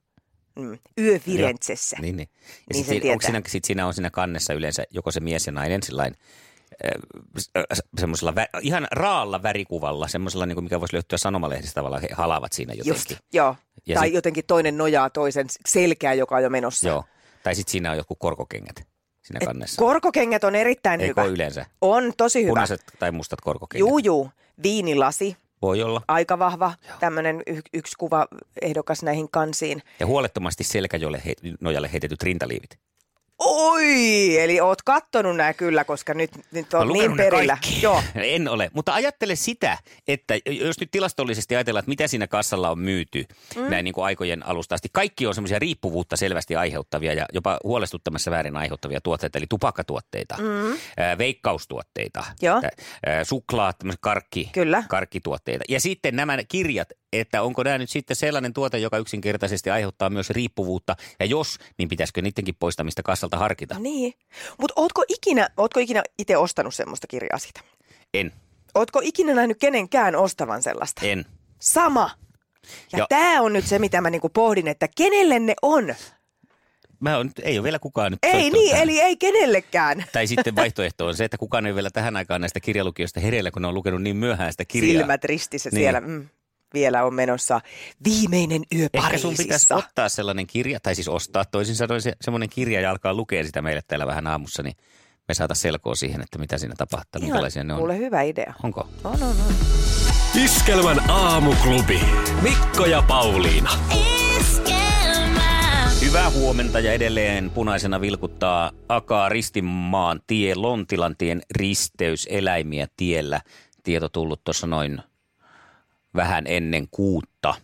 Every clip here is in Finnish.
Mm. Yö Firenzessä. Niin, niin. Ja Niin niin sen sit, siinä, onko tietää. siinä, sit siinä on siinä kannessa yleensä joko se mies ja nainen sillain, äh, s- äh, s- semmoisella vä- ihan raalla värikuvalla, semmoisella, niin kuin mikä voisi löytyä sanomalehdistä tavallaan, he halavat siinä Just, jotenkin. joo. Ja tai sit- jotenkin toinen nojaa toisen selkää, joka on jo menossa. Joo. Tai sitten siinä on jotkut korkokengät siinä Et kannessa. Korkokengät on erittäin Eikö hyvä. ole yleensä? On tosi hyvä. Punaiset tai mustat korkokengät. Juu, juu. Viinilasi, Voi olla. aika vahva tämmöinen y- yksi kuva ehdokas näihin kansiin. Ja huolettomasti selkäjolle he, nojalle heitetyt rintaliivit. Oi, eli oot kattonut nämä kyllä, koska nyt, nyt on Mä oon niin lukenut ne perillä. kaikki. Joo. En ole, mutta ajattele sitä, että jos nyt tilastollisesti ajatellaan, että mitä siinä kassalla on myyty mm. näin niin kuin aikojen alusta asti. Kaikki on semmoisia riippuvuutta selvästi aiheuttavia ja jopa huolestuttamassa väärin aiheuttavia tuotteita, eli tupakkatuotteita, mm. veikkaustuotteita, Joo. ää, ää, suklaat, tämmöiset karkki, Kyllä. karkkituotteita. Ja sitten nämä kirjat, että onko nämä nyt sitten sellainen tuote, joka yksinkertaisesti aiheuttaa myös riippuvuutta. Ja jos, niin pitäisikö niidenkin poistamista kassalta harkita? Niin. Mutta ootko ikinä, ootko ikinä itse ostanut semmoista kirjaa siitä? En, Ootko ikinä nähnyt kenenkään ostavan sellaista? en. Sama. Ja, Ja- ja tämä on nyt se, mitä mä niinku pohdin, että kenelle ne on? Mä on, ei ole vielä kukaan nyt Ei soittanut niin, tähän. eli ei kenellekään. Tai sitten vaihtoehto on se, että kukaan ei vielä tähän aikaan näistä kirjalukijoista hereillä, kun ne on lukenut niin myöhään sitä kirjaa. Silmät ristissä Niin. siellä. Mm. Vielä on menossa viimeinen yö Ehkä sun pitäisi Pariisissa. ottaa sellainen kirja, tai siis ostaa toisin sanoen se, semmoinen kirja ja alkaa lukea sitä meille täällä vähän aamussa, niin me saata selkoa siihen, että mitä siinä tapahtuu, Ihan minkälaisia ne on. Kuule hyvä idea. Onko? On, on, on. Iskelmän aamuklubi. Mikko ja Pauliina. Hyvää huomenta ja edelleen punaisena vilkuttaa Akaa Ristinmaan tie, Lontilantien risteys, eläimiä tiellä. Tieto tullut tuossa noin vähän ennen kuutta.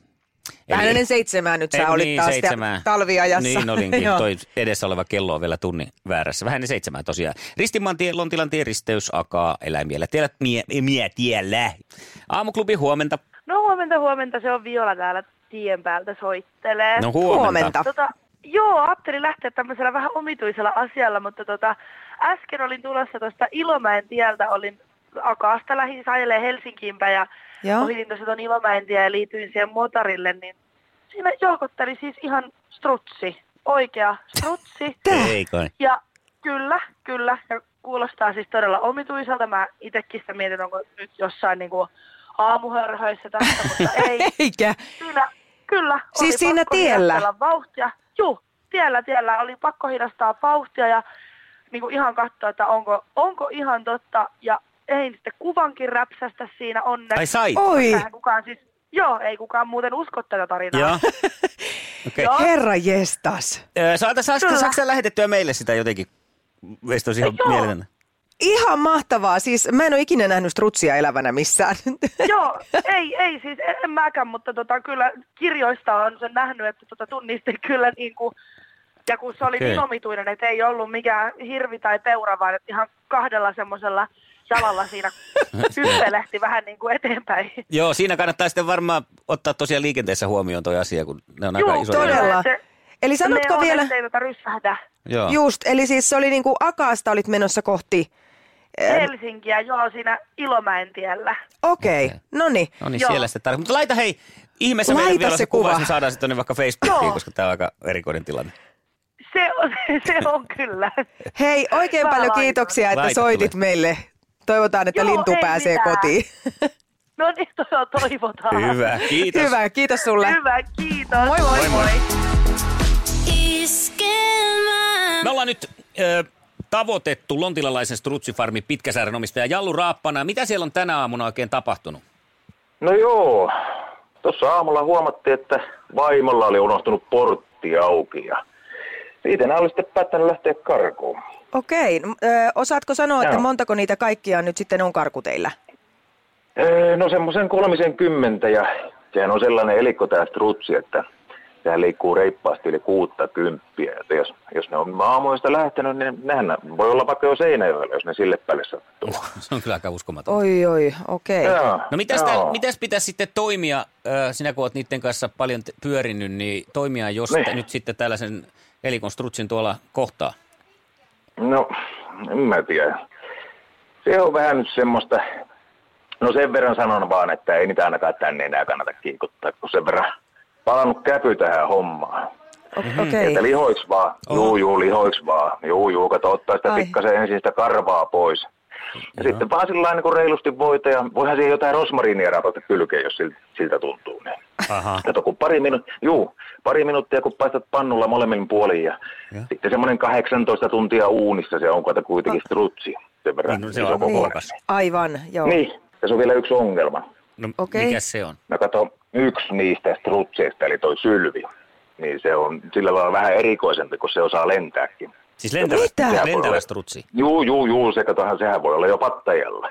Vähän Eli- ennen seitsemään nyt Ei, sä kun olit niin, taas seitsemään. seitsemään. talviajassa. Niin olinkin. Joo. Toi edessä oleva kello on vielä tunnin väärässä. Vähän ennen seitsemää tosiaan. Ristimantie, Lontilan tie, risteys, akaa, eläimiellä. Tiellä, mie, mie, tiellä. Aamuklubi, huomenta. No huomenta, huomenta. Se on Viola täällä tien päältä soittelee. No huomenta. Huomenta. Tota, joo, ajattelin lähteä tämmöisellä vähän omituisella asialla, mutta tota, äsken olin tulossa tuosta Ilomäen tieltä, olin Akaasta lähin ajelee Helsinkiin päin ja Joo. ohitin tuossa tuon Ilomäen tien ja liityin siihen motorille, niin siinä joukotteli siis ihan strutsi, oikea strutsi. Ei kai. Ja kyllä, kyllä, ja kuulosti kuulostaa siis todella omituiselta. Mä itsekin sitä mietin, onko nyt jossain niin kuin aamuhörhöissä tässä, mutta ei. Eikä. Siinä, kyllä. Siis oli siinä pakko tiellä? hidastella Vauhtia. Juu, tiellä, tiellä. Oli pakko hidastaa vauhtia ja niin kuin ihan katsoa, että onko, onko ihan totta. Ja ei sitten kuvankin räpsästä siinä onneksi. Tai sai. Oi, Tähän kukaan siis, joo, ei kukaan muuten usko tätä tarinaa. Joo. Okei. Joo. herra jestas. Öö, Saataisiin Kyllä. Saksa lähetettyä meille sitä jotenkin. Meistä olisi ihan Joo. mielellään. Ihan mahtavaa. Siis mä en ole ikinä nähnyt strutsia elävänä missään. Joo, ei, ei siis, en, en mäkään, mutta tota, kyllä kirjoista on sen nähnyt, että tota, tunnistin kyllä niin kuin, ja kun se oli Okei. niin omituinen, että ei ollut mikään hirvi tai peura, vaan että ihan kahdella semmoisella jalalla siinä hyppelehti vähän niin kuin eteenpäin. Joo, siinä kannattaa sitten varmaan ottaa tosiaan liikenteessä huomioon toi asia, kun ne on Juu, aika isoja. todella. Todella. Se- Eli sanotko ne on, vielä? ettei tota rysähdä Joo. Just, eli siis se oli niinku Akaasta olit menossa kohti. Helsinkiä, joo, siinä Ilomäen tiellä. Okei, okay. Okei. no niin. No niin, Joo. siellä sitten tarkoittaa. Mutta laita hei, ihmeessä Laita meille vielä se se kuva, kuva. niin saadaan sitten tonne vaikka Facebookiin, Joo. koska tämä on aika erikoinen tilanne. Se on, se on kyllä. Hei, oikein Mä paljon laitan. kiitoksia, että Laita soitit tulee. meille. Toivotaan, että Joo, lintu ei pääsee mitään. kotiin. No niin, to- toivotaan. Hyvä, kiitos. Hyvä, kiitos sulle. Hyvä, kiitos. Moi, moi. Moi, moi. Iskelmää. Me ollaan nyt ö, tavoitettu lontilalaisen strutsifarmin Pitkäsaaren omistaja Jallu Raappana. Mitä siellä on tänä aamuna oikein tapahtunut? No joo, tuossa aamulla huomattiin, että vaimolla oli unohtunut portti auki ja siitä nämä oli sitten päättänyt lähteä karkuun. Okei, no, ö, osaatko sanoa, että Joo. montako niitä kaikkia nyt sitten on karkuteillä? Öö, No semmoisen kolmisen kymmentä ja sehän on sellainen elikko tämä strutsi, että tämä liikkuu reippaasti yli kuutta kymppiä. Että jos, jos ne on maamoista lähtenyt, niin nehän voi olla vaikka jo Seinäjoella, jos ne sille päälle sattuu. Se on kyllä aika uskomaton. Oi, oi, okei. Joo, No mitäs, joo. tää, mitäs pitäisi sitten toimia, ö, sinä kun olet niiden kanssa paljon te- pyörinyt, niin toimia, jos Niin. te nyt sitten tällaisen elikon strutsin tuolla kohtaa? No, en mä tiedä. Se on vähän nyt semmoista, no sen verran sanon vaan, että ei niitä ainakaan tänne enää kannata kiikuttaa, kun sen verran palannut käpy tähän hommaan. Mhm. O- Okei, Että lihoiksi vaan, juu juu, lihoiksi vaan, juu juu, kato ottaa sitä Ai. pikkasen ensin sitä karvaa pois. Ja sitten vaan sillä lailla niin reilusti voita ja voihan siihen jotain rosmariinia rapata kylkeen, jos siltä, siltä tuntuu. Niin. Aha. Kato, kun pari, minu- juu, pari minuuttia, kun paistat pannulla molemmin puolin ja, Joo. sitten semmoinen 18 tuntia uunissa se on kato kuitenkin strutsi. Sen verran Ah. No, se on iso aika kokoinen. kohokas. Niin. aivan, joo. Niin, tässä on vielä yksi ongelma. No Okei. mikä se on? No kato, yksi niistä strutseista, eli toi sylvi, niin se on sillä lailla vähän erikoisempi, kun se osaa lentääkin. Siis lentävä, Mitä? lentävä strutsi. Juu, juu, juu, se katohan, sehän voi olla jo pattajalla.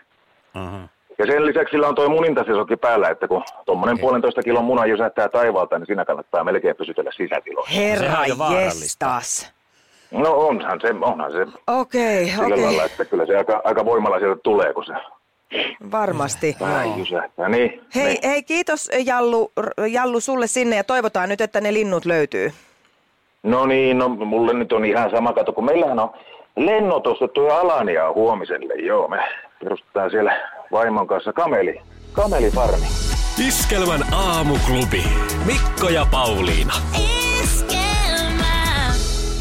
Aha. Ja sen lisäksi sillä on toi munintasesokki päällä, että kun tuommoinen puolentoista kilon muna jysähtää taivaalta, niin siinä kannattaa melkein pysytellä sisätiloissa. Herra Sehän on jo vaarallista. jestas. No onhan se, onhan se Okei, sillä okei, lailla, että kyllä se aika, aika voimalla sieltä tulee, kun se varmasti. vähän jysähtää. Niin, Hei, niin. hei, kiitos Jallu, r- Jallu sulle sinne ja toivotaan nyt, että ne linnut löytyy. No niin, no mulle nyt on ihan sama kato, kun meillähän on lennot ostettu jo Alaniaa huomiselle. Joo, me perustetaan siellä vaimon kanssa kameli, kamelifarmi. Iskelmän aamuklubi. Mikko ja Pauliina. Iskelmää.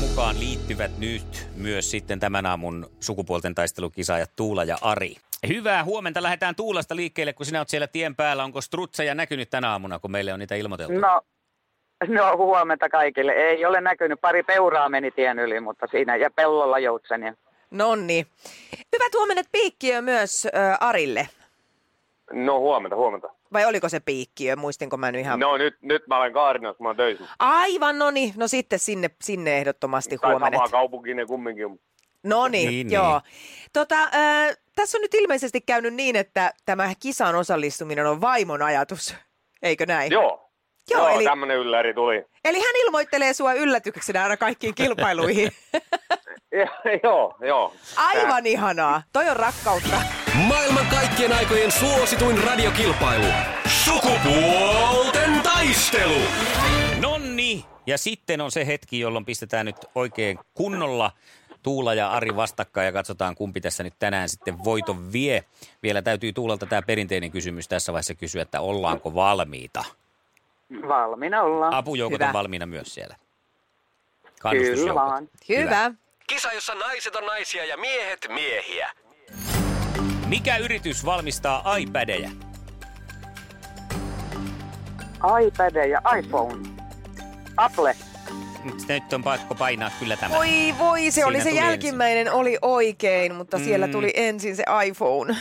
Mukaan liittyvät nyt myös sitten tämän aamun sukupuolten taistelukisaajat Tuula ja Ari. Hyvää huomenta. Lähdetään Tuulasta liikkeelle, kun sinä olet siellä tien päällä. Onko strutseja näkynyt tänä aamuna, kun meille on niitä ilmoiteltu? No, no huomenta kaikille. Ei ole näkynyt. Pari peuraa meni tien yli, mutta siinä ja pellolla joutsenia. Nonni. Hyvät huomenet piikkiö myös ö, Arille. No huomenta, huomenta. Vai oliko se piikkiö, muistinko mä nyt ihan? No nyt, nyt mä olen Kaarinossa, mä olen töissä. Aivan, no niin. No sitten sinne, sinne ehdottomasti Tai huomenet. samaa kaupunkiin ne kumminkin. mutta- No niin, Niin, joo. Tota, ö, tässä on nyt ilmeisesti käynyt niin, että tämä kisan osallistuminen on vaimon ajatus, eikö näin? Joo. Joo, Joo eli- eli... tämmönen ylläri tuli. Eli hän ilmoittelee sua yllätyksenä aina kaikkiin kilpailuihin. joo, joo. Aivan ihanaa. Toi on rakkautta. Maailman kaikkien aikojen suosituin radiokilpailu. Sukupuolten taistelu. Nonni! Ja sitten on se hetki, jolloin pistetään nyt oikein kunnolla Tuula ja Ari vastakkain ja katsotaan, kumpi tässä nyt tänään sitten voiton vie. Vielä täytyy Tuulalta tämä perinteinen kysymys tässä vaiheessa kysyä, että ollaanko valmiita? Valmiina ollaan. Apujoukot Hyvä. on valmiina myös siellä. Kyllä Kannustusjoukot. vaan. Hyvä. Kisa, jossa naiset on naisia ja miehet miehiä. Mikä yritys valmistaa iPadeja? iPad ja iPhone. Apple. Nyt- Nyt on pakko painaa kyllä tämä. Voi voi, se oli Siinä se tuli Mm. jälkimmäinen, oli oikein, mutta siellä tuli ensin se iPhone.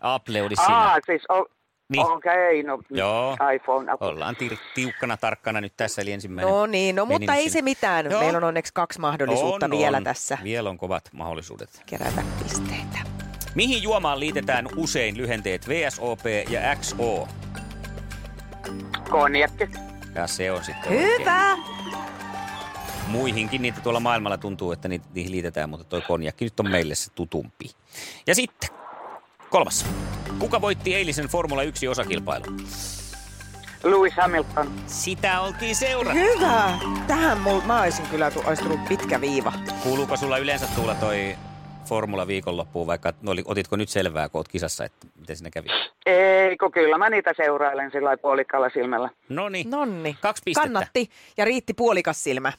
Apple oli siinä. Aa, siis o- Niin. niin. okei, no Joo. iPhone. Apple. Ollaan tir- tiukkana tarkkana nyt tässä, eli ensimmäinen. No niin, no meni mutta nyt ei se sinne. mitään. Joo. Meillä on onneksi kaksi mahdollisuutta On, vielä on. tässä Vielä on kovat mahdollisuudet. kerätä pisteitä. Mihin juomaan liitetään usein lyhenteet VSOP ja XO? Konjakki. Ja se on sitten oikein. Hyvä! Muihinkin niitä tuolla maailmalla tuntuu, että niitä, niihin liitetään, mutta toi konjakki nyt on meille se tutumpi. Ja sitten kolmas. Kuka voitti eilisen Formula 1-osakilpailun? Lewis Hamilton. Sitä oltiin seurattu. Hyvä! Tähän mul, mä olisin kyllä tu- olisi tullut pitkä viiva. Kuuluuko sulla yleensä tulla toi Formula viikonloppuun, vaikka no, oli- otitko nyt selvää, kun oot kisassa, että miten siinä kävi? Ei, kun kyllä mä niitä seurailen sillä lailla puolikkaalla silmällä. No niin. Nonni. Kaksi pistettä. Kannatti. Ja riitti puolikas silmä.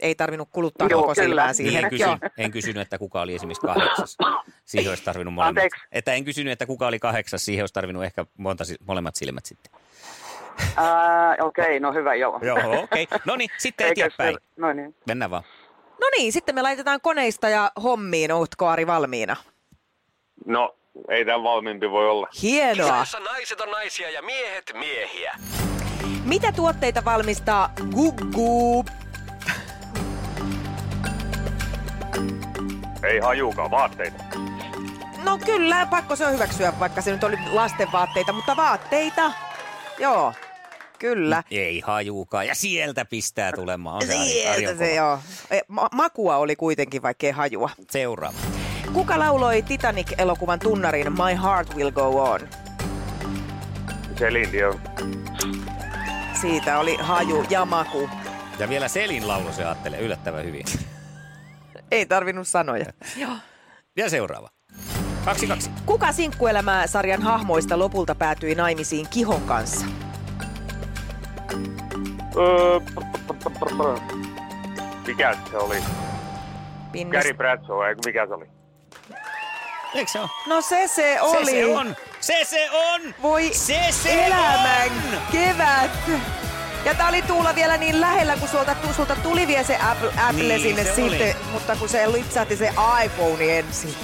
Ei tarvinnut kuluttaa Joo, koko kyllä. silmää Niin, siihen. en, kysynyt, en kysynyt, että kuka oli esimerkiksi kahdeksas. Siihen olisi tarvinnut molemmat. Anteeksi. Että en kysynyt, että kuka oli kahdeksas. Siihen olisi tarvinnut ehkä monta, si- molemmat silmät sitten. Ää, okei, no hyvä, joo. Joo, okei. Okay. No niin, sitten Eikä eteenpäin. se- No niin. Mennään vaan. No niin, sitten me laitetaan koneista ja hommiin. Ootko Ari valmiina? No, ei tämän valmiimpi voi olla. Hienoa. naiset on naisia ja miehet miehiä. Mitä tuotteita valmistaa Gugu? Ei hajukaan vaatteita. No kyllä, pakko se on hyväksyä, vaikka se nyt oli lasten vaatteita, mutta vaatteita. Joo, kyllä. Ei hajuukaan. Ja sieltä pistää tulemaan. On se Ari, Ari on Sieltä se kova. joo. E, ma- Makua oli kuitenkin, vaikkei hajua. Seuraava. Kuka lauloi Titanic-elokuvan tunnarin My Heart Will Go On? Selin Dion. Siitä oli haju ja maku. Ja vielä Selin laulu se ajattelee yllättävän hyvin. Ei tarvinnut sanoja. Ja seuraava. Kaksi kaksi. Kuka sinkkuelämää sarjan hahmoista lopulta päätyi naimisiin Kihon kanssa? Öö, pr- pr- pr- pr- pr- mikä se oli? Pinnis. Gary Bradshaw, eikö mikä se oli? Eikö se ole? No se se oli. Se se on. Se se on. Voi se se elämän on. kevät. Ja tää oli Tuula vielä niin lähellä, kun sulta, tu- sulta tuli vielä se Apple, Apple Niin, sinne se sitten, mutta kun se lipsahti se iPhone ensin.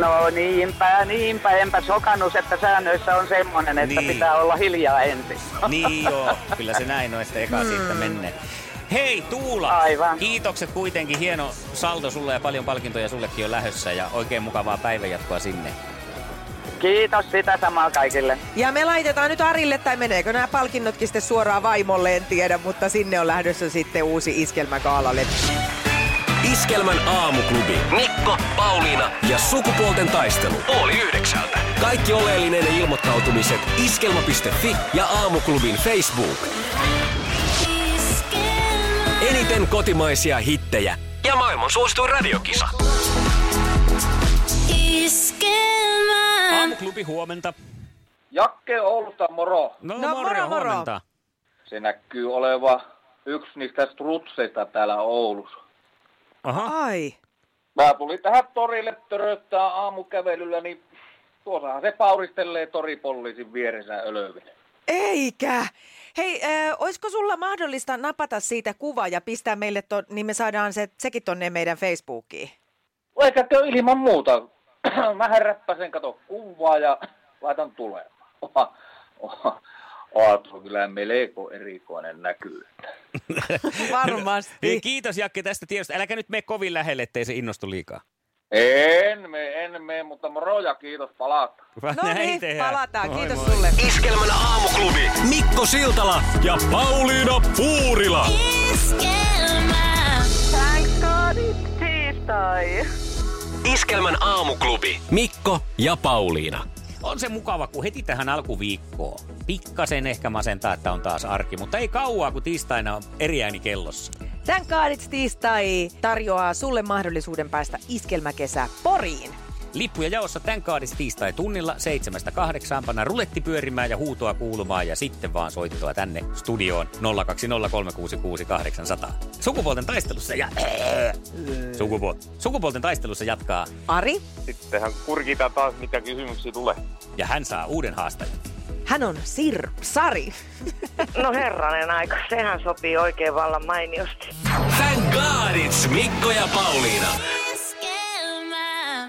No niinpä, niinpä. Enpä sokannut, että säännöissä on semmoinen, että Niin. niin. pitää olla hiljaa ensin. Niin joo, kyllä se näin on, että eka Hmm. siitä menne. Hei Tuula, Aivan. kiitokset kuitenkin, hieno saldo sulle ja paljon palkintoja sullekin on lähössä ja oikein mukavaa päivänjatkoa sinne. Kiitos sitä samaa kaikille. Ja me laitetaan nyt Arille, tai meneekö nämä palkinnotkin sitten suoraan vaimolle, en tiedä, mutta sinne on lähdössä sitten uusi iskelmäkaalalle. Iskelmän aamuklubi. Mikko, Pauliina ja sukupuolten taistelu. Oli yhdeksältä. Kaikki oleellinen ilmoittautumiset iskelma.fi ja aamuklubin Facebook. Eniten kotimaisia hittejä ja maailman suosituin radiokisa. Iskelmän. Aamuklubi huomenta. Jakke Oulusta moro. No, No, moro, moro. huomenta. Se näkyy oleva yksi niistä strutseista täällä Oulussa. Aha. Ai, Mä tulin tähän torille töröttää aamukävelyllä, niin tuossahan se pauristelee toripoliisin vieressä ölövin. eikä. Hei, äh, olisiko sulla mahdollista napata siitä kuva ja pistää meille, ton, niin me saadaan se, sekin tonne meidän Facebookiin? Eikäkö ilman muuta? Mähän räppäsen kato kuvaa ja laitan tulemaan. Oha, oha. Oha, tuo on kyllä melko erikoinen näkyy. Hei, Varmasti. kiitos Jakke tästä tiedosta. Äläkä nyt mene kovin lähelle, ettei se innostu liikaa. En me, en me, mutta moro ja kiitos palata. No Näin niin, tehdään. palataan. Moi, Kiitos moi. sulle. Iskelmän aamuklubi. Mikko Siltala ja Pauliina Puurila. Iskelmä. Thank God it's tiistai. Iskelmän aamuklubi. Mikko ja Pauliina. On se mukava, kun heti tähän alkuviikkoon. Pikkasen ehkä masentaa, että on taas arki, mutta ei kauaa, kun tiistaina on eri ääni kellossa. Tän kaadits tiistai tarjoaa sulle mahdollisuuden päästä iskelmäkesä Poriin. Lippuja jaossa tän kaadis tiistai tunnilla seitsemästä kahdeksaan. Panna ruletti pyörimään ja huutoa kuulumaan ja sitten vaan soittoa tänne studioon 020366800. Sukupuolten taistelussa ja... Sukupuol- sukupuolten taistelussa jatkaa Ari, Sittenhän kurkitaan taas, mitä kysymyksiä tulee. ja hän saa uuden haastajan. hän on Sir Sari. No herranen aika, sehän sopii oikein vallan mainiosti. Thank God it's Mikko ja Pauliina. esquema,